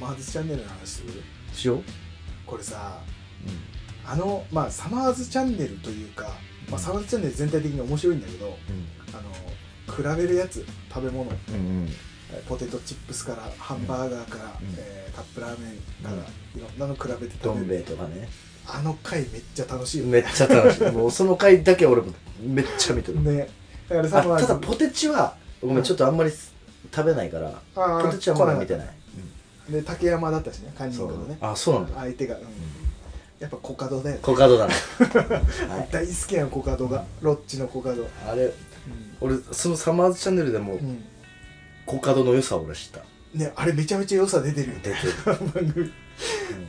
マーズチャンネルの話するしよう、これさあのまあサマーズチャンネルというか、まあ、サマーズチャンネル全体的に面白いんだけどあの比べるやつ食べ物うんうんえーポテトチップスからハンバーガーから、んえーカップラーメンから、うんいろんなの比べてど食んべる兵衛とかねあの回めっちゃ楽しいよねめっちゃ楽しいもうその回だけ俺もめっちゃ見てるねだからあさまあただポテチはごめうんんちょっとあんまり食べないからあーポテチはまだ見てないで竹山だったしねカンニングのねあそうなんだ相手が、うん、やっぱコカドだよねコカドだねはい大好きやんコカドがロッチのコカドうあれん、俺そのサマーズチャンネルでもうんコカドの良さを俺知ったねあれめちゃめちゃ良さ出てるよね出て番組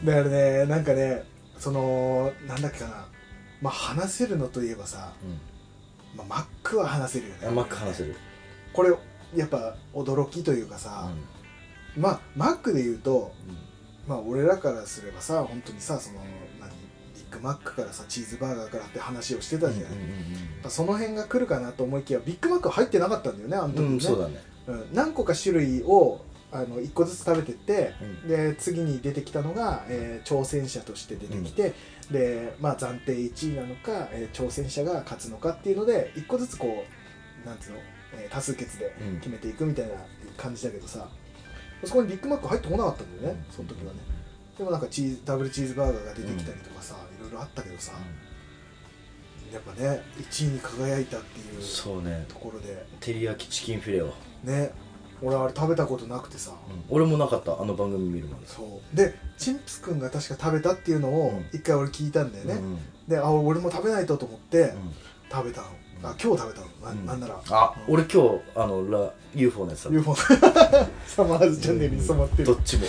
だからねなんかねそのなんだっけかなまあ話せるのといえばさ、まあ、マックは話せるよねうまく話せるこれやっぱ驚きというかさ、まあマックで言うとまあ俺らからすればさ本当にさその何ビッグマックからさチーズバーガーからって話をしてたじゃない、やっぱその辺が来るかなと思いきやビッグマックは入ってなかったんだよねあの時うね、んそうだねうん何個か種類をあの1個ずつ食べてって、うで次に出てきたのが、えー挑戦者として出てきて、で、まあ、暫定1位なのか、えー挑戦者が勝つのかっていうので1個ずつこうなんつうの、えー多数決でうん決めていくみたいな感じだけどさ、そこにビッグマック入ってこなかったんだよねその時はねでもなんかチーズダブルチーズバーガーが出てきたりとかさ、いろいろあったけどさ、やっぱね1位に輝いたっていうそうねところで照り焼きチキンフィレオね俺あれ食べたことなくてさ、俺もなかったあの番組見るまでそうでチンプスくんが確か食べたっていうのをうん一回俺聞いたんだよね、うんであ俺も食べないとと思ってうん食べたの、あ今日食べたのな,、うんん、なんならあうん俺今日あのラ UFO のやつだ UFO サマーズチャン ネルに染まってどるっちも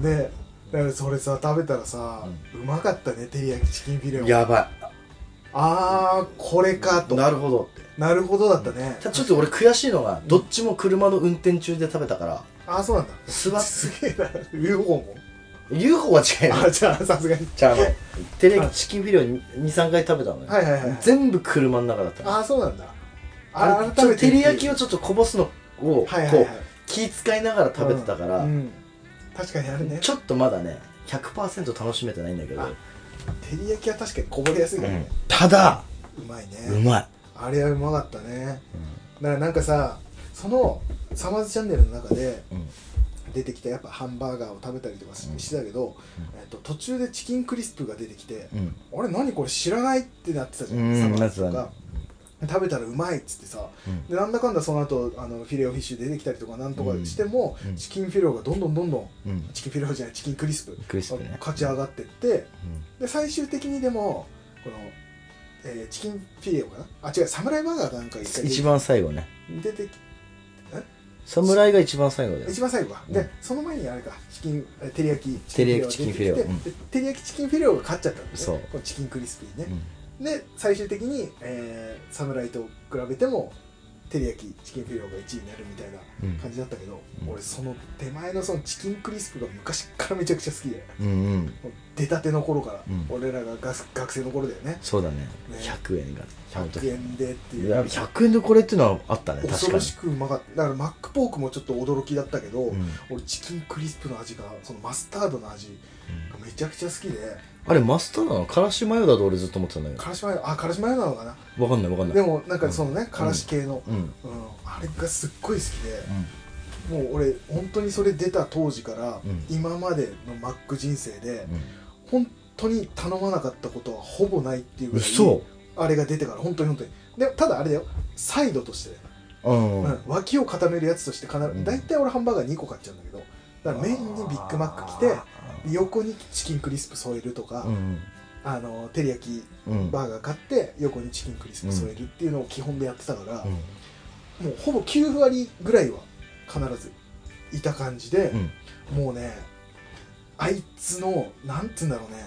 ねだからそれさ食べたらさ、うまかったね照り焼きチキンフィレオやばああこれかいとななるほどってるほどだったね、ただちょっと俺悔しいのがどっちも車の運転中で食べたからああそうなんだ座っすげえな UFO も UFO は違うよあじゃあさすがにじゃああのテレビチキンフィレオ23回食べたのよ、はいはいはい全部車の中だったのああそうなんだあれちょっと照り焼きををちょっとこぼすのをこうはいはいはい気遣いながら食べてたから、うんうん確かにあれねちょっとまだね100%楽しめてないんだけどあ照り焼きは確かにこぼれやすいからね、ただうまいね、うまいあれはうまかったねだからなんかさそのサマーズチャンネルの中でうん出てきたやっぱハンバーガーを食べたりとかしうんしてたけど、えっと、途中でチキンクリスプが出てきて、うんあれ何これ知らないってなってたじゃうんんサマーズとなっかて、食べたらうまいっつってさ、うんでなんだかんだその後あのフィレオフィッシュ出てきたりとかなんとかしても、うんうんチキンフィレオがどんどんどんどんうんチキンフィレオじゃないチキンクリスプクリスプね勝ち上がってって、で最終的にでもこの、えーチキンフィレオかなあ違うサムライバーガーかなんか一回一番最後ね出てき侍が一番最後だよ一番最後か、うんでその前にあれかチキンえー照り焼き照り焼きチキンフィレオ出てきてで照り焼きチキンフィレオが勝っちゃったんですそうねこのチキンクリスピーうね、んで最終的に、えー、サムライと比べても照り焼きチキンフィレオが1位になるみたいなうん感じだったけど、うん俺その手前のそのチキンクリスプが昔からめちゃくちゃ好きでうんうんもう出たての頃から、うん俺らが学学生の頃だよねそうだねね100円が100円でっていうや100円でこれっていうのはあったね確恐かろにしくうまかっただからマックポークもちょっと驚きだったけど、うん俺チキンクリスプの味がそのマスタードの味がめちゃくちゃ好きで、あれマスタードなのからしマヨだと俺ずっと思ってたんだけからしマヨあからしマヨなのかなどわかんないわかんないでもなんかそのね、からし系の、うんうんうんあれがすっごい好きで、もう俺本当にそれ出た当時から、うん今までのマック人生で、うん本当に頼まなかったことはほぼないっていうぐらい嘘あれが出てから本当に本当にでただあれだよサイドとしてうんうん脇を固めるやつとして必ず、うん大体俺ハンバーガー2個買っちゃうんだけどだからメインにビッグマック来て横にチキンクリスプ添えるとか、うんあの照り焼きうんうんバーガー買って横にチキンクリスプ添えるっていうのを基本でやってたから、うんもうほぼ9割ぐらいは必ずいた感じでう、んもうねあいつのなんつうんだろうね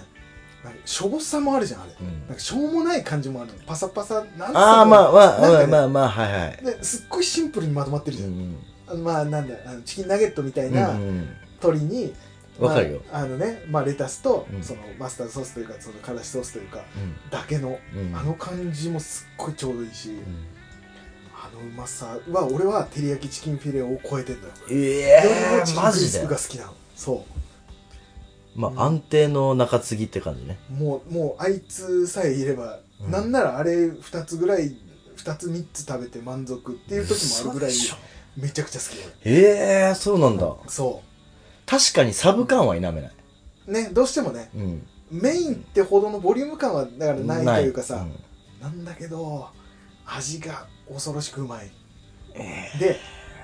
なんかしょぼさもあるじゃんあれ、うんなんかしょうもない感じもあるのパサパサなんつうのああまあまあなんかまあねまあまあはいはいですっごいシンプルにまとまってるじゃん、んあのまあなんだあのチキンナゲットみたいうんうなん鶏に、わかるよまあ、あのね、まあ、レタスと、うんそのマスタードソースというかそのからしソースというかだけの、うんあの感じもすっごいちょうどいいし、うんあのうまさは俺は照り焼きチキンフィレオを超えてんだよえよりもえチキンマクリジスでプが好きなのそまあ安定の中継ぎって感じねうもうもうあいつさえいれば、うんなんならあれ2つぐらい2つ3つ食べて満足っていう時もあるぐらい嘘でしょめちゃくちゃ好き俺ええー、そうなんだ、そ確かにサブ感は否めない、うねどうしてもねうん、メインってほどのボリューム感はだからないというかさ、んなんだけど味が恐ろしくうまい、で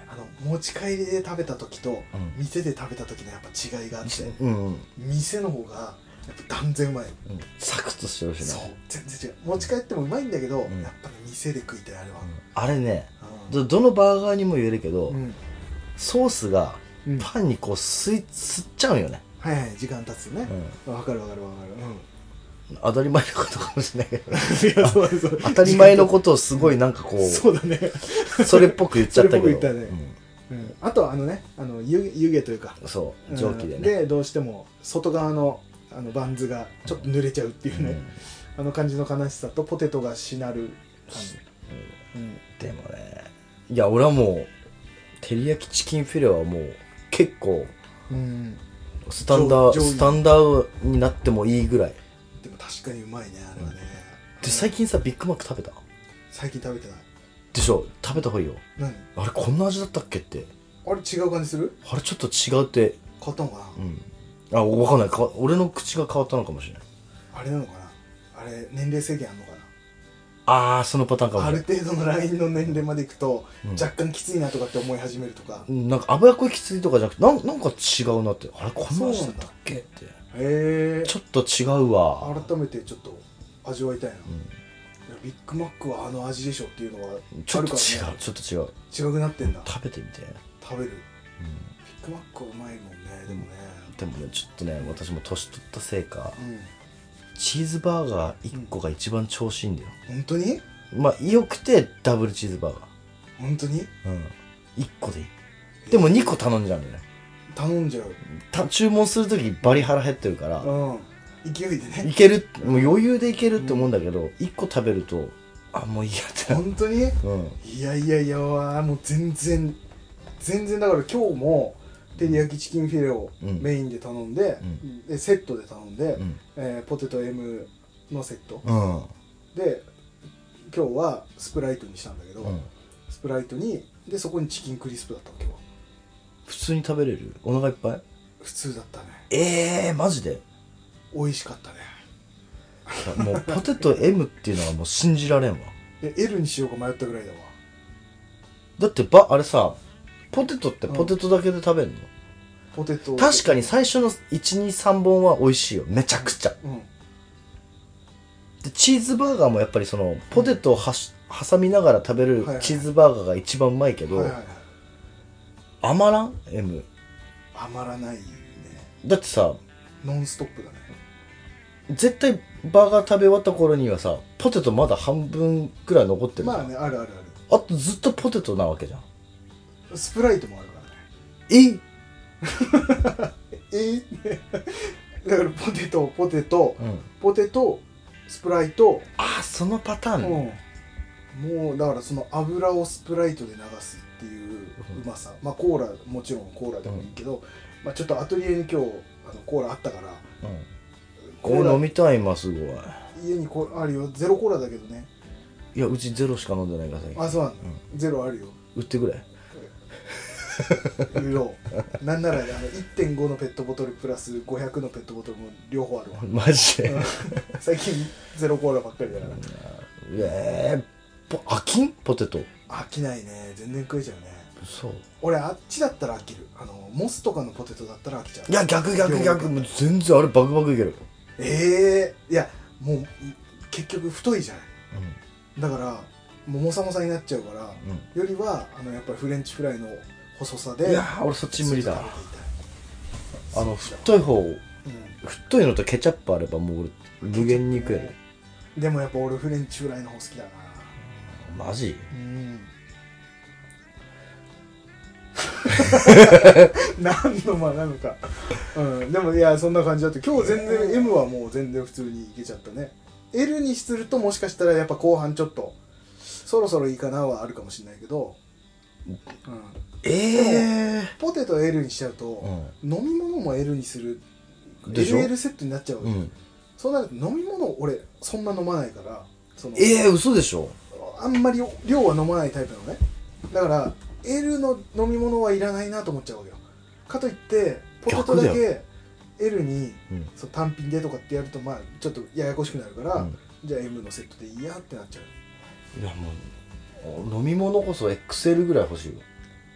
あの持ち帰りで食べた時と、ん店で食べた時のやっぱ違いがあってうんうん店の方がやっぱ断然うまい、うんサクッとしてほしいそなう、全然違う持ち帰ってもうまいんだけど、うんやっぱり店で食いたいあれはうん、あれねうんどどのバーガーにも言えるけど、うんソースがうんパンにこう吸い吸っちゃうんよね、はいはい時間経つとねう、わかるわかるわかる、当たり前のことかもしれないけどうん、いや そうそう当たり前のことをすごいなんかこうそうだね、それっぽく言っちゃったけどそれっぽく言ったねうん、あとはあのねあの湯湯気というかうんそううん蒸気でね、どうしても外側のあのバンズがちょっと濡れちゃうっていううんね、あの感じの悲しさとポテトがしなる感じ、うんでもねいや俺はもう照り焼きチキンフィレはもう結構うん、スタンダー上上位スタンダードになってもいいぐらいでも確かにうまいねあれはね、で最近さビッグマック食べた最近食べてないでしょ食べた方がいいよ何あれこんな味だったっけってあれ違う感じするあれちょっと違うって買ったのかな、うんあ分かんないか俺の口が変わったのかもしれないあれなのかなあれ年齢制限あんのかなああそのパターンかもしあれなるい程度のラインの年齢までいくと、うん若干きついなとかって思い始めるとか、うんなんか脂っこいきついとかじゃなくてなんなんか違うなってあれこんな味だったっけってへえちょっと違うわ改めてちょっと味わいたいな、いやビッグマックはあの味でしょっていうのはちょっと違うあるかちょっとら違うね違くなってんだ食べてみて食べる、ビッグマックはうまいもんねでもねでもねちょっとね私も年取ったせいかうん、チーズバーガー1個が一番調子いいんだよ、本当にまあよくてダブルチーズバーガ本当にーうん1個でいいでも2個頼んじゃうんだよね頼んじゃうた注文するときバリ腹減ってるから、うん勢いでねいけるもう余裕でいけるって思うんだけど、一1個食べるとあもういいやってなる本当にうんいやいやいやわーもう全然全然だから今日も照り焼きチキンフィレをうんメインで頼んで,、うでセットで頼んで、うんえーポテト M のセット、うんで今日はスプライトにしたんだけど、うんスプライトにでそこにチキンクリスプだったわけよ普通に食べれるお腹いっぱい普通だったねええー、マジで美味しかったねもうポテト M っていうのはもう信じられんわで L にしようか迷ったぐらいだわだってばあれさポテトってポテトだけで食べるの、ポテト確かに最初の123本は美味しいよめちゃくちゃうんでチーズバーガーもやっぱりそのポテトをはし挟みながら食べるはいはいチーズバーガーが一番うまいけど、はいはいはい余らん M 余らないねだってさノンストップだね絶対バーガー食べ終わった頃にはさポテトまだ半分くらい残ってるじゃん、まあねあるあるあとずっとポテトなわけじゃんあるスプライトもあるからねええー だからポテトポテトうんポテトスプライト、ああそのパターンね、うんもうだからその油をスプライトで流すっていううまさ、まあコーラもちろんコーラでもいいけど、まあ、ちょっとアトリエに今日あのコーラあったからうんコこれ飲ーラみたい今すごい家にコーラあるよゼロコーラだけどねいやうちゼロしか飲んでないからさあそうなの、ゼロあるよ売ってくれ売ろうなんならあの1.5のペットボトルプラス500のペットボトルも両方あ るわマジで、最近ゼロコーラばっかりだからえー、ぽ飽きんポテト飽きないね全然食えちゃうねそう俺あっちだったら飽きるあのモスとかのポテトだったら飽きちゃういや逆逆逆もう全然あれバクバクいける、ええいやもう結局太いじゃないだからもうもさもさになっちゃうから、うよりはあのやっぱりフレンチフライの細さいでやー俺そっち無理だずっと食べてあの太い方いたい太いのとケチャップあればもう俺無限にいくやるうん、でもやっぱ俺フレンチフライの方好きだなマジうん何の間なのか、うん、でもいやそんな感じだって今日全然 M はもう全然普通にいけちゃったね L にするともしかしたらやっぱ後半ちょっとそろそろいいかなはあるかもしれないけど、うん、ええポテト L にしちゃうと、飲み物も L にするでしょ LL セットになっちゃうわうけ、ん、うん、そうなると飲み物俺そんな飲まないからそのええ嘘でしょあんまり量は飲まないタイプなのねだから L の飲み物はいらないなと思っちゃうわけよかといってポテトだ逆け L にうんそう単品でとかってやるとまあちょっとややこしくなるから、うんじゃあ M のセットでいいやってなっちゃういやもう飲み物こそ XL ぐらい欲しいよ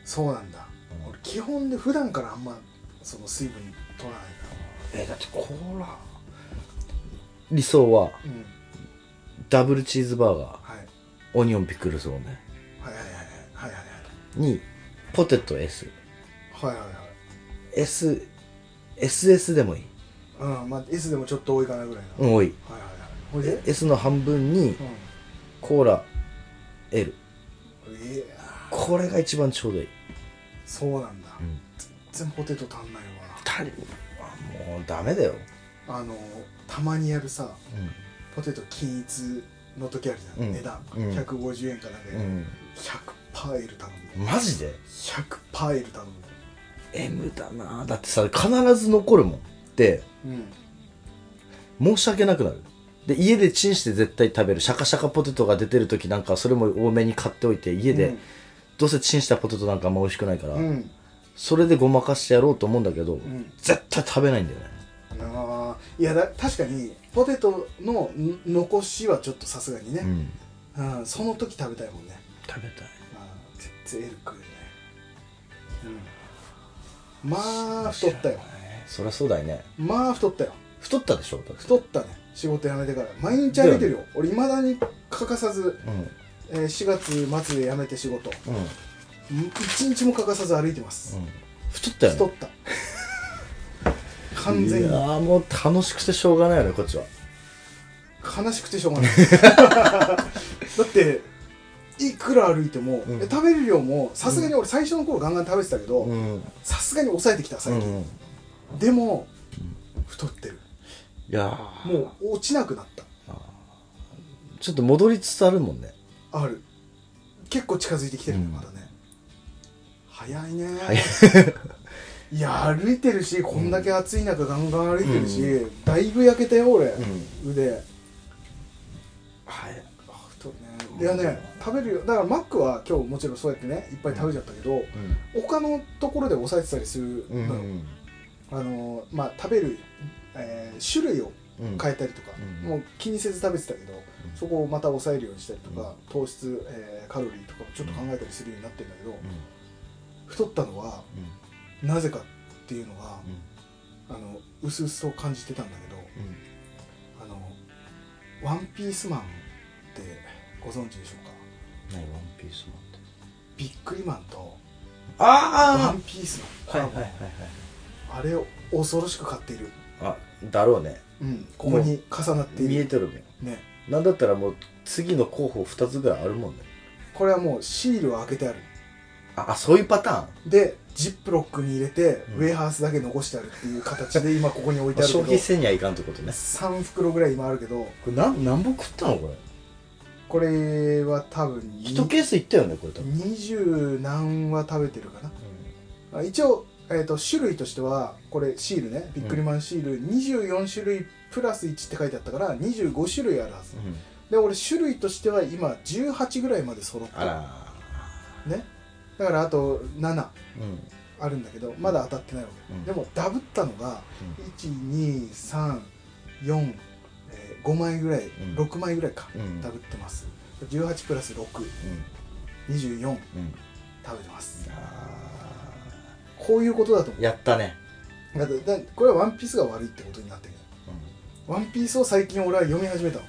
そうなんだ、うん俺基本で普段からあんまその水分取らないえだってコーラ理想はなうんダブルチーズバーガーはいオニオンピクルスをねはいはいはいはいはいにポテト SSS はいはいはい SS でもいいはいうんまあ S でもちょっと多いかなぐらいな、うん多いはいはいはいほいで S の半分にうんコーラ L いやこれが一番ちょうどいい、そうなんだうん、全然ポテト足んないわもうダメだよ、あのたまにやるさうポテト均一の時あるじゃん、うん値段、うん150円かなんかで、ん 100%L 頼むマジで 100%L 頼 M だなだってさ必ず残るもんでむうん申し訳なくなるで家でチンして絶対食べるシャカシャカポテトが出てる時なんかそれも多めに買っておいて家で、どうせチンしたポテトなんかあんま美味しくないから、うん、うんそれでごまかしてやろうと思うんだけど、ん絶対食べないんだよねあーいやだ確かにポテトのん残しはちょっとさすがにね、んうんその時食べたいもんね、食べたいうん、絶対 L 食うね、うん、まあ太ったよそりゃそうだよねまあ太ったよ太ったでしょだって太ったね仕事辞めてから毎日歩いてるよ俺いまだに欠かさず、うんえー4月末で辞めて仕事うん、うん、ん一日も欠かさず歩いてます、太ったよね太った 完全いにやーもう楽しくてしょうがないよねこっちは悲しくてしょ うがないだっていくら歩いても、うん食べる量もさすがに俺最初の頃ガンガン食べてたけどん、さすがに抑えてきた最近、いでも太ってるやーもう落ちなくなったちょっと戻りつつあるもんねある結構近づいてきてるねうんまだね、早いねはい いや歩いてるしこんだけ暑い中ガンガン歩いてるし、うだいぶ焼けたよ俺、う腕はいあ太るねいやね食べるよだからマックは今日もちろんそうやってねいっぱい食べちゃったけど、他のところで抑えてたりするうんのよ、あのまあ食べる、えー種類をうん変えたりとか、うんもう気にせず食べてたけど、そこをまた抑えるようにしたりとか、糖質、えーカロリーとかもちょっと考えたりするようになってるんだけど、うん太ったのはうんなぜかっていうのが、うんあの薄々そう感じてたんだけどう「んあのワンピースマン」ってご存知でしょうか何ワンピースマンってビックリマンとワあンピースのあコラボ、いあれを恐ろしく買っている、あだろうねうん、ここに重なってい見える、てるもんね、なんだったらもう次の候補2つぐらいあるもんねこれはもうシールを開けてあるああそういうパターンでジップロックに入れて、うんウェハースだけ残してあるっていう形で今ここに置いてあるけ消ど費せにはいかんってことね3袋ぐらい今あるけどこれ何何本食ったのこれこれは多分に一ケースいったよねこれ多分、二十何は食べてるかなあ一応、えー、と種類としてはこれシールねビックリマンシール24種類プラス1って書いてあったから25種類あるはずうんで俺種類としては今18ぐらいまで揃ってあるらねだからあと7ーうんあるんだけどまだ当たってないわけ、うんでもダブったのが1234、えー、5枚ぐらい、ん6枚ぐらいか、うんダブってます18プラス624食うんうんべてますあこういうことだと思ーやったね、うだってだこれはワンピースが悪いってことになってるワンピースを最近俺は読み始めたの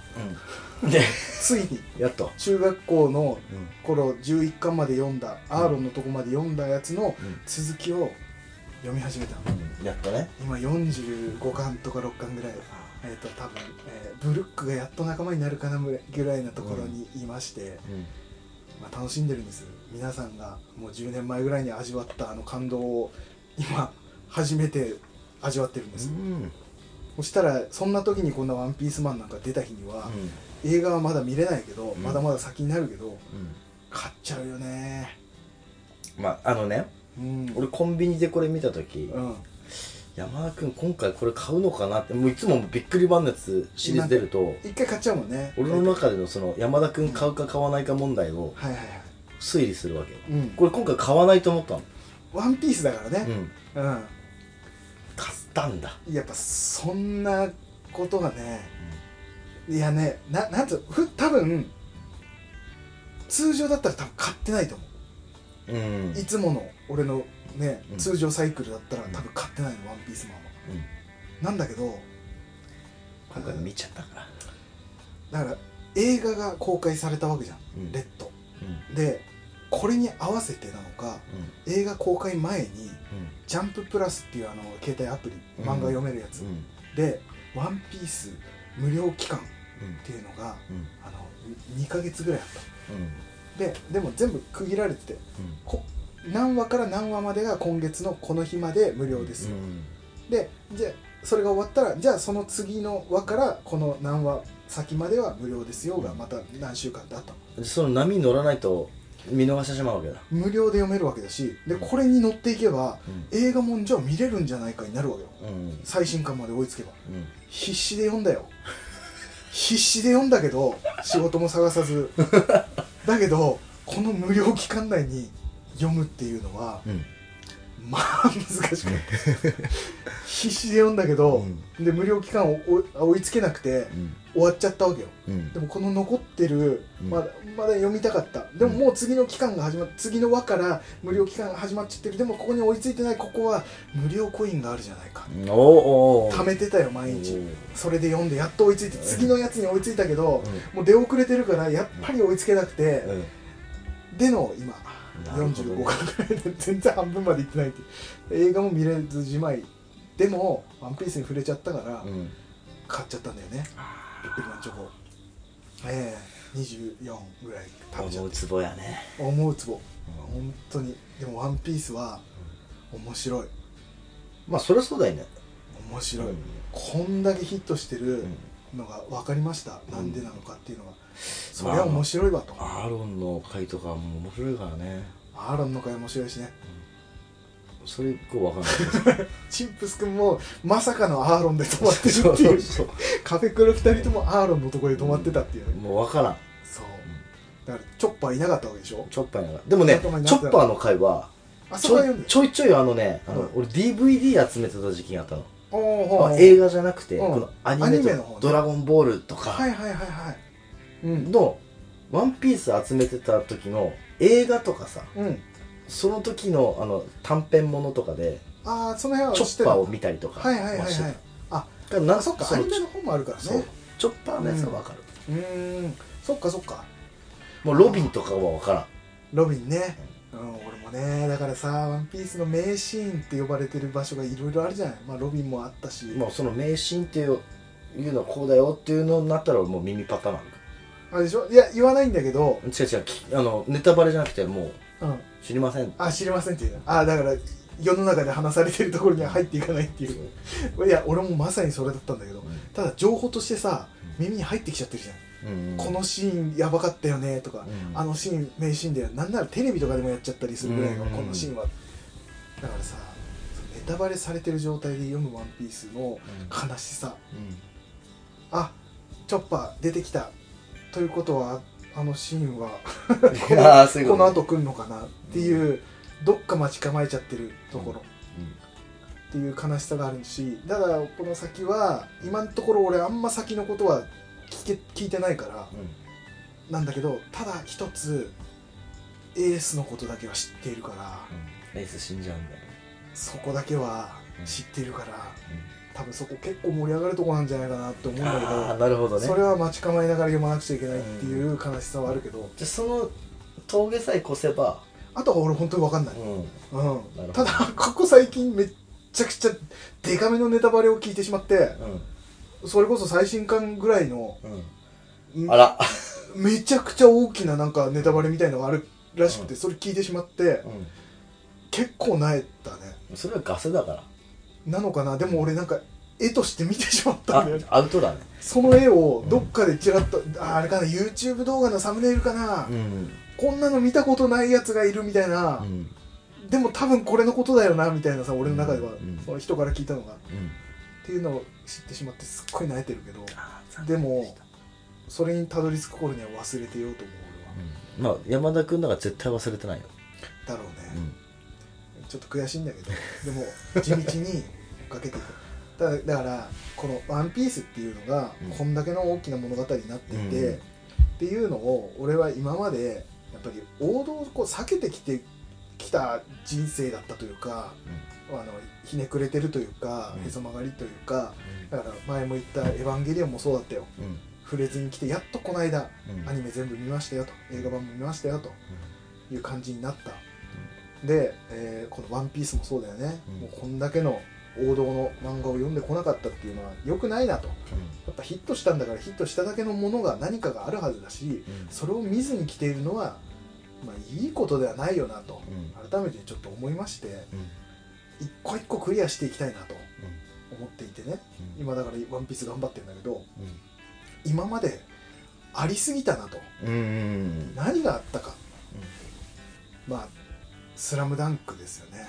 うんでついに やっと、中学校のうん頃11巻まで読んだアーロンのとこまで読んだやつのうん続きを読み始めたのやっとね今45巻とか6巻ぐらいえー、と多分、えーブルックがやっと仲間になるかなぐらいなところにいまして、まあ、楽しんでるんです皆さんがもう10年前ぐらいに味わったあの感動を今初めて味わってるんです、うんそしたらそんな時にこんな「ワンピースマンなんか出た日には、うん映画はまだ見れないけど、うんまだまだ先になるけどうん買っちゃうよねまああのねうん俺コンビニでこれ見た時うん山田君今回これ買うのかなってもういつもびっくりマンのやつシリーズ出ると一回買っちゃうもんね俺の中でのその山田君買うか買わないか問題をはいはいはい推理するわけよ、うんこれ今回買わないと思ったのワンピースだからうねんうん、買ったんだやっぱそんなことがね、いやねななんつうふ多分通常だったら多分買ってないと思うん、うんういつもの俺のね、うん通常サイクルだったら多分買ってないのワンピースマンはなんだけど今回見ちゃったからだから映画が公開されたわけじゃん、うんレッドうんうんでこれに合わせてなのか映画公開前に「ジャンププラス」っていうあの携帯アプリうん漫画読めるやつ、うんうんで「ワンピース無料期間っていうのがうんあの2ヶ月ぐらいあっうんたででも全部区切られててこ何話から何話までが今月のこの日まで無料ですうよ、んでじゃあそれが終わったらじゃあその次の話からこの何話先までは無料ですよがまた何週間ってあったのその波に乗らないと見逃してしまうわけだ無料で読めるわけだしでこれに乗っていけば映画もんじゃ見れるんじゃないかになるわけようんうん最新刊まで追いつけばうん必死で読んだよ必死で読んだけど仕事も探さずだけどこの無料期間内に読むっていうのはうんまあ難しく必死で読んだけど、で無料期間を追追いつけなくてうん終わっちゃったわけようんでもこの残ってるうんまだまだ読みたかったでももう次の期間が始まっ次の輪から無料期間が始まっちゃってるでもここに追いついてないここは無料コインがあるじゃないかうんおーおー貯めてたよ毎日それで読んでやっと追いついて次のやつに追いついたけどうんもう出遅れてるからやっぱり追いつけなくうてんでの今なるほど45巻ぐらいで全然半分までいってないっていう映画も見れずじまいでも「ワンピースに触れちゃったからうん買っちゃったんだよねビックリマンチョコええ24ぐらい食べちゃ思っうツボやねた思うつぼ本当にでも「ワンピースは面白いまあそりゃそうだよね面白い、うんこんだけヒットしてる、うんのが分かりました、んなんでなのかっていうのはそりゃ面白いわと、アーロンの回とかも面白いからねアーロンの回面白いしねそれ以降わかんないチップス君もまさかのアーロンで止まってるそっうていそううそうカフェクラ2人ともアーロンのところで止まってたっていう、もう分からんそうだからチョッパーいなかったわけでしょチョッパーやなでもねチ頭になョってたッパーの回はあそちこはょ読んいでちょいちょいあのねあの、うん俺 DVD 集めてた時期があったの、おーほーほまあー映画じゃなくて、うんこのアニメアニとメの方ねドラゴンボール」とかはいはいはいはいうんの「ワンピース集めてた時の映画とかさうんその時のあの短編ものとかでああその辺はチョ知ってるッパーを見たりとかはいはいはいしてはたいあだからなあそっかそアのニメの方もあるからそうねチョッパーのやつは分かる、うーんそっかそっかもうロビンとかは分からロビンね、うん、俺もねだからさ「ワンピースの名シーンって呼ばれてる場所がいろいろあるじゃない、まあ、ロビンもあったし、んもうその迷信っていういうのはこうだよっていうのになったら俺もう耳パターンあるかあれでしょいや言わないんだけど、ら違う違うきあのネタバレじゃなくてもううん、知りませんあ知りませんっていうあだから世の中で話されてるところには入っていかないっていう いや俺もまさにそれだったんだけどただ情報としてさ耳に入ってきちゃってるじゃん、うんこのシーンやばかったよねとか、うんあのシーン名シーンでなんならテレビとかでもやっちゃったりするぐらいのうんこのシーンはだからさネタバレされてる状態で読む「ワンピースの悲しさうんあチョッパー出てきたということはあのシーンはこのああそういうこのことね後来るのかなっていう、どっか待ち構えちゃってるところっていう悲しさがあるしだからこの先は今のところ俺あんま先のことは聞け聞いてないからうんなんだけどただ一つエースのことだけは知っているからレース死んじゃうんだよそこだけは知っているから多分そこ結構盛り上がるとこなんじゃないかなって思うんだけどああなるほどねそれは待ち構えながら読まなくちゃいけないっていう悲しさはあるけど、じゃあその峠さえ越せばあとは俺本当に分かんない、うんうんなるほどただここ最近めっちゃくちゃデカめのネタバレを聞いてしまってそれこそ最新刊ぐらいのうんうんあらめちゃくちゃ大きななんかネタバレみたいのがあるらしくて、うんそれ聞いてしまって結構なえたねそれはガセだからなのかなでも俺なんか絵として見てしまったんあだよねアウトだねその絵をどっかでちらっと、ああれかな YouTube 動画のサムネイルかな、んこんなの見たことないやつがいるみたいな、うんでも多分これのことだよなみたいなさ俺の中では、うんその人から聞いたのがっうんていうのを知ってしまってすっごい泣いてるけどあーでもそれにたどり着く頃には忘れてようと思ううんまあ山田君だから絶対忘れてないよ、俺はだろうね、うんちょっと悔しいんだけどでも地道に追っかけていくだだからこの「ワンピースっていうのがうんこんだけの大きな物語になっていて、うんっていうのを俺は今までやっぱり王道をこう避けてきてきた人生だったというかあのひねくれてるというかうんへそ曲がりというかだから前も言った「エヴァンゲリオン」もそうだったようんうん触れずに来てやっとこの間うんアニメ全部見ましたよと映画版も見ましたよという感じになった、で、えーこの「ワンピースもそうだよね、うんもうこんだけの王道の漫画を読んでこなかったっていうのは良くないなとやっぱヒットしたんだからヒットしただけのものが何かがあるはずだしうんそれを見ずに来ているのは、まあ、いいことではないよなとうん改めてちょっと思いましてうん一個一個クリアしていきたいなとうん思っていてねうん今だから「ワンピース頑張ってるんだけどうん今までありすぎたなとうんうん何があったか、まあ「スラムダンクですよね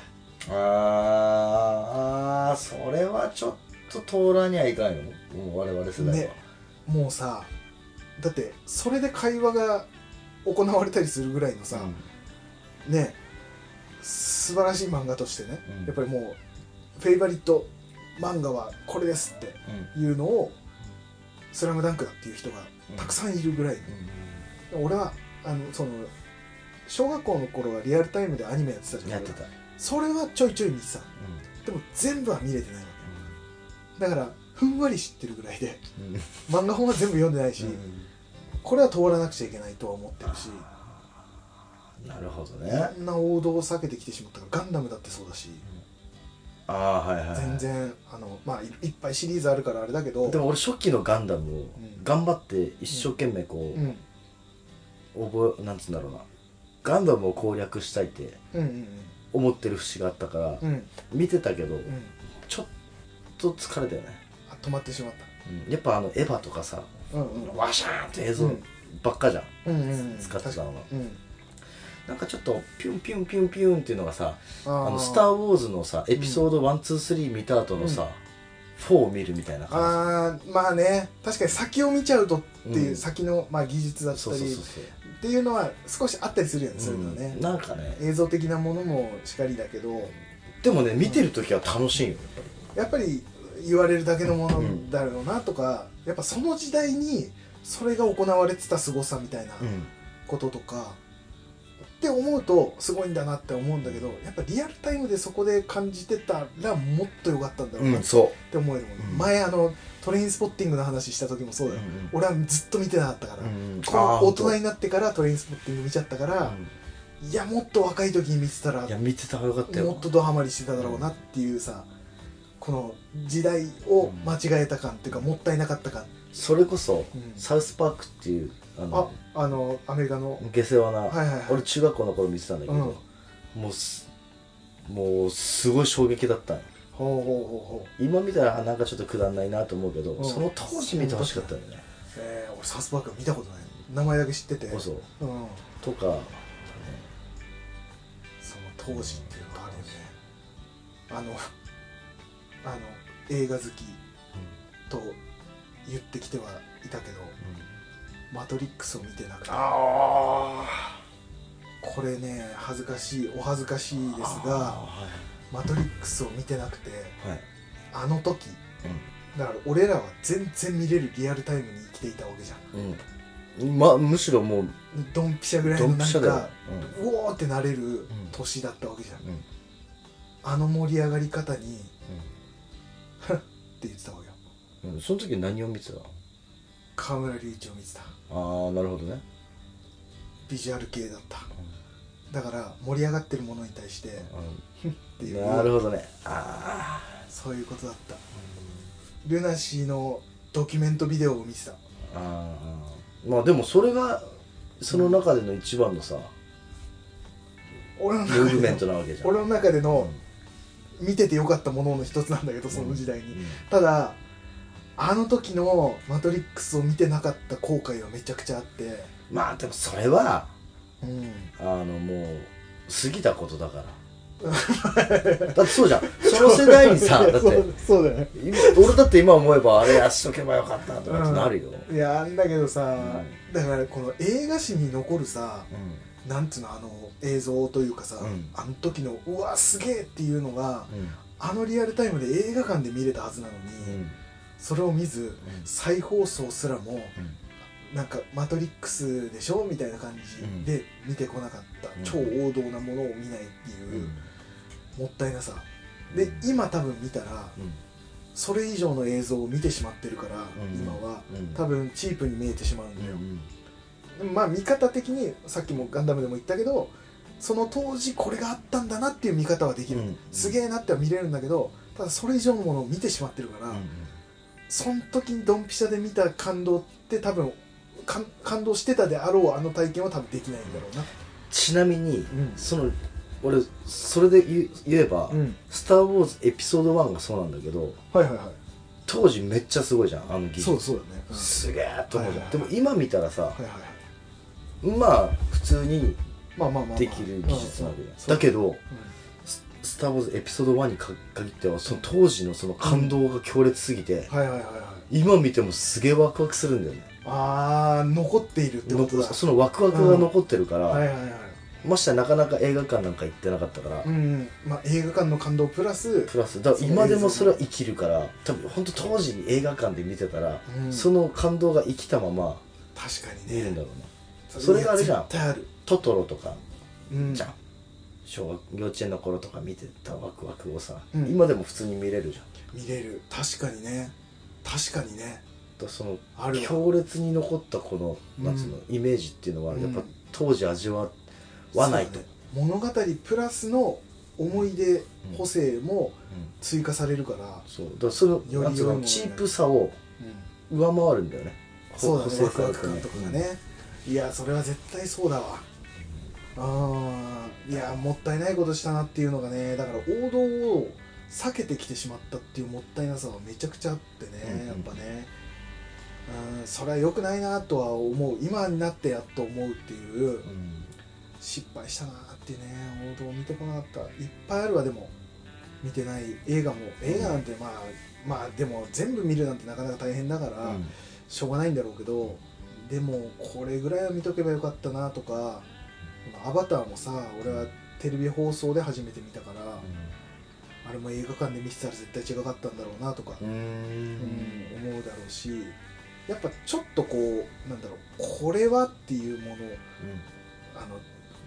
ああそれはちょっと通らにはいかんよもう我々世代は、ねもうさだってそれで会話が行われたりするぐらいのさ、ね素晴らしい漫画としてね、うんやっぱりもうフェイバリット漫画はこれですってうんいうのを「スラムダンクだっていう人がたくさんいるぐらい、俺はあのその小学校の頃はリアルタイムでアニメやってたじゃうんんやってた、それはちょいちょい見てたでも全部は見れてないわけだからふんわり知ってるぐらい でうんうん漫画本は全部読んでないし、これは通らなくちゃいけないとは思ってるしなるほどねあんな王道を避けてきてしまったからガンダムだってそうだしああはいはいはい全然あのまあいいっぱいシリーズあるからあれだけどでも俺初期のガンダムうをん頑張って一生懸命こうん、うんう、覚えなんつうんだろうなガンダムを攻略したいってうん思ってる節があったからうんうんうん見てたけどちょっと疲れたよね、あ止まってしまっやっぱあのエヴァとかさたうんうんワシャーンって映像ばっかじゃん、うんうんうん使ってたのはうんなんかちょっとピュンピュンピュンピュンっていうのがさああーの「スター・ウォーズ」のさエピソード123見た後のさ、4を見るみたいな感あーまあね確かに先を見ちゃうとっていう、うん先の、まあ、技術だっじそたうりそうそうそうっていうのは少しあったりするよねそういうのはね、うんなんかね映像的なものもしかりだけどでもね見てる時は楽しいよやっぱり言われるだけのものだろうなとか、やっぱその時代にそれが行われてた凄さみたいなうんこととか、って思うとすごいんだなって思うんだけどやっぱリアルタイムでそこで感じてたらもっと良かったんだろううなっんそて思えるもんね、うん前あのトレインスポッティングの話した時もそううだよ、ん俺はずっと見てなかったから、うんこの大人にになってからトレインスポッティング見ちゃったから、ういやもっと若い時に見てたらんいや見てた方がよかったよもっとドハマりしてただろうなっていうさこの時代を間違えた感っていうかもったいなかった感、それこそ、うんサウスパークっていうああのあのアメリカの、下世話な、はいはいはい俺中学校の頃見てたんだけど、もうすもうすごい衝撃だったのほうほうほうほう今見たらあなんかちょっとくだんないなと思うけど、うんその当時見てほしかったよねえー、俺サウスパーク見たことない名前だけ知ってて、うん、こそそとか、ねの当時っていうのがあるよねあのあの映画好きと言ってきてはいたけど「マトリックス」を見てなくてあこれね恥ずかしいお恥ずかしいーですがは「マトリックス」を見てなくてい、はいあの時だから俺らは全然見れるリアルタイムに生きていたわけじゃうんうんま、むしろもうんドンピシャぐらいドのンピなんシャだよか、うおーってなれる年だったわけじゃん、うんうんあの盛り上がり方にって言ってたわけようんうんその時何を見てた河村隆一を見てたああなるほどねビジュアル系だっただから盛り上がってるものに対してっていうなるほどねあそういうことだったルナシーのドキュメントビデオを見てたーあーまあでもそれがその中での一番のさ、俺のムー中ブメンでトのなわけじゃん俺の中でのうん見ててよかったものの一つなんだけどその時代に、うんただあの時の「マトリックス」を見てなかった後悔はめちゃくちゃあってまあでもそれはうんあのもう過ぎたことだからだってそうじゃんその世代にさだ っそてうそうだよね今俺だって今思えばあれやっとけばよかったとかってなるよ、いやあんだけどさ、だからこの映画史に残るさうなんつうのあの映像というかさ、うんあの時のうわすげえっていうのがんあのリアルタイムで映画館で見れたはずなのうに、んそれを見ず再放送すらもうんなんか「マトリックスでしょ?」みたいな感じで見てこなかった、うん超王道なものを見ないっていう、もったいなさで今多分見たらうんそれ以上の映像を見てしまってるから、うん今はうん多分チープに見えてしまうんうだよ、んでもまあ見方的にさっきもガンダムでも言ったけどその当時これがあったんだなっていう見方はできる、うんすげえなっては見れるんだけどただそれ以上のものを見てしまってるから、その時にドンピシャで見た感動って多分かん感動してたであろうあの体験は多分できないんだろうなちなみに、んその俺それで言う言えば「うんスター・ウォーズ」エピソード1がそうなんだけどはいはいは当時めっちゃすごいじゃんあのい技そう術そうだね、うんすげえと思うじゃん、はいではいもはい今見たらさはいはいはいまあ普通にまあまあまあまあできる技術なわけうだ、んん、だけどうんス「スター・ウォーズ」エピソード1にか限ってはその当時のその感動が強烈すぎて、はいはいはいはい今見てもすげえワクワクするんだよねああ残っているってことだそのワクワクが残ってるから、はいはいはいましてやなかなか映画館なんか行ってなかったから、うんまあ映画館の感動プラスプラスだから今でもそれは生きるから多分本当当時に映画館で見てたら、うんその感動が生きたまま確かに見るんねだろうな、それがあれじゃん絶対あるトトロとかうんじゃん、小学幼稚園の頃とか見てたワクワクをさ、うん今でも普通に見れるじゃんだか見れる確かにね確かにねらそのあるわ強烈に残ったこのうんなんつうの、イメージっていうのはうんやっぱ当時味わわないと、そうだね物語プラスの思い出うん補正もうん追加されるから、そうだからそのよりなんつう良いもののにチープさを上回るんだよねそうだ補ね正ワさクれワてク感とかがね、いやそれは絶対そうだわあーいやもったいないことしたなっていうのがねだから王道を避けてきてしまったっていうもったいなさはめちゃくちゃあってね、うんうんやっぱねうんそれは良くないなとは思う今になってやっと思うっていううんうん失敗したなっていうね王道見てこなかったいっぱいあるわでも見てない映画も映画なんてまあまあでも全部見るなんてなかなか大変だから、うんしょうがないんだろうけどでもこれぐらいは見とけばよかったなとか「アバター」もさ俺はテレビ放送で初めて見たから、あれも映画館で見てたら絶対違かったんだろうなとか、ううんん思うだろうしやっぱちょっとこうなんだろうこれはっていうものをあの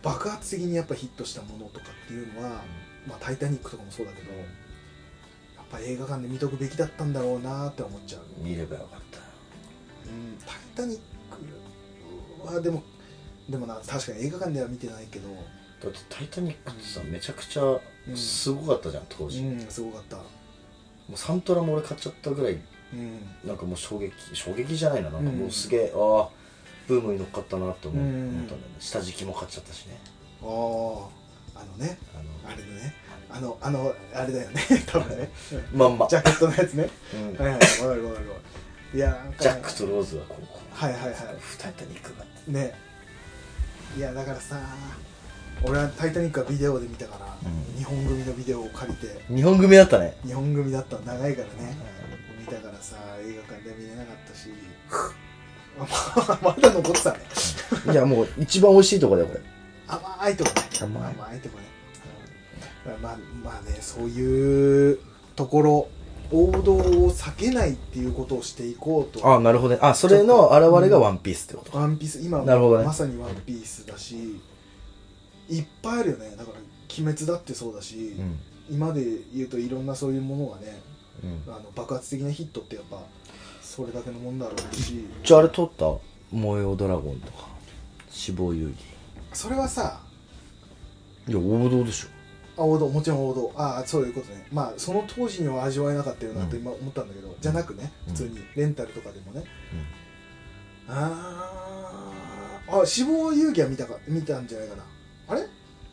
爆発的にやっぱヒットしたものとかっていうのは「まあ、タイタニック」とかもそうだけどやっぱ映画館で見とくべきだったんだろうなって思っちゃう。見ればよかったうん「タイタニック」はでもでもな確かに映画館では見てないけどだって「タイタニック」ってさめちゃくちゃすごかったじゃん当う時、もんすごかったうサントラも俺買っちゃったぐらいうんなんかもう衝撃衝撃じゃないななんかもううんすげえ、ああブームに乗っかったなって思,、うん思ったんだよね下敷きも買っちゃったしねあああのねあのあれだねあのあのあれだ よね多分ねうんまんまジャケットのやつねうんはいはいわかるわかるわかるいやなんかジャックとローズはこうこうはいはいはいタイタニックがあってねいやだからさ俺は「タイタニック」はビデオで見たから、うん日本組のビデオを借りて日本組だったね日本組だった長いからね、見たからさ映画館では見れなかったしまだ残ってたねいやもう一番美味しいとこだよこれ甘いとこね甘いとこね、うんまあまあねそういうところ王道を避けないっていうことをしていこうとああなるほどねあそれの現れがワンピースってことか、ワンピース今なるほどねまさにワンピースだしいっぱいあるよねだから鬼滅だってそうだし、うん今で言うといろんなそういうものがねうんあの爆発的なヒットってやっぱそれだけのもんだろうしじゃああれ撮った燃えよドラゴンとか死亡遊それはさ戯いや王道でしょあ王道もちろん王道ああそういうことねまあその当時には味わえなかったよなってうん今思ったんだけど、じゃなくねうん普通にレンタルとかでもね、あーあ死亡遊戯は見たか見たんじゃないかなあれ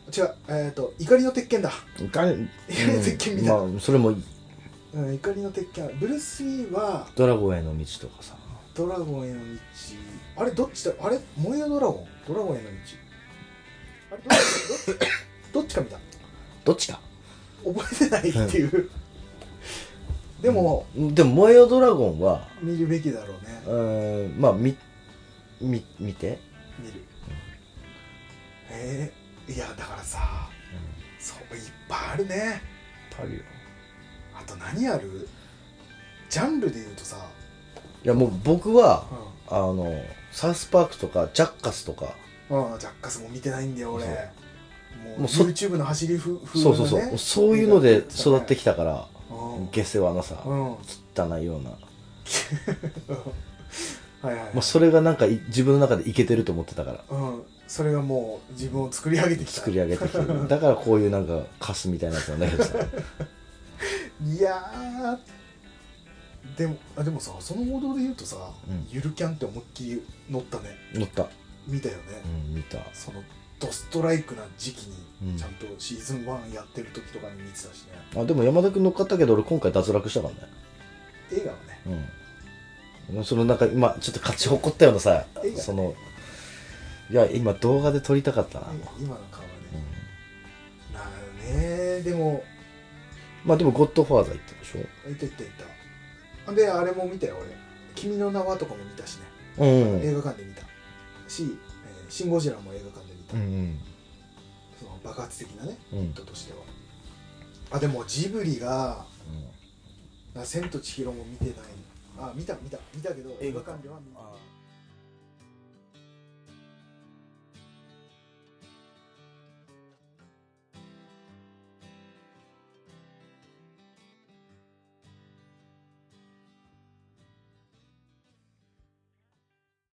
違うえっ、と怒りの鉄拳だ、いかん絶景見たまあそれもいいうん、怒りの鉄拳ブルース・リーはドラゴンへの道とかさドラゴンへの道あれどっちだあれ燃えよドラゴンドラゴンへの道あれどっちどっちどっちか見たどっちか覚えてないっていう、でもでも「燃えよドラゴンは」見るべきだろうねうーんまあみみ見て見るえー、いやだからさ、そういっぱいあるねあるよあと何あるジャンルで言うとさ、いやもう僕はう、んあのサウスパークとかジャッカスとかうん、ジャッカスも見てないんだよ俺そうもうもうそ YouTube の走りふ風そうそうそう、そういうので育ってききたから、うん、下世話なさ、うん、は汚いような、いはい、はいまあ、それがなんかい自分の中でいけてると思ってたからうん、それがもう自分を作り上げてきた作り上げてきて るだからこういうなんかカスみたいなやつなんだけどさいやーでもあでもさその報道で言うとさ、うんゆるキャンって思いっきり乗ったね乗った、見たよね、うん、見たそのドストライクな時期うにんちゃんとシーズン1やってる時とかに見てたしね、あでも山田君乗っかったけど俺今回脱落したからね映画はねうん、そのなんか今ちょっと勝ち誇ったようなさいいよそのいや今動画で撮りたかったな、今の顔はね、うんなるねでもまあでも「ゴッドファーザー」行ってるでしいたいたいたであれも見たよ俺「君の名は」とかも見たしね、ょうん映画館で見たし「えーシン・ゴジラ」も映画館で見た、うんその爆発的なねうんうん人としてはあでもジブリが「千と千尋」も見てないあ見た見た見たけど映画館では見たあー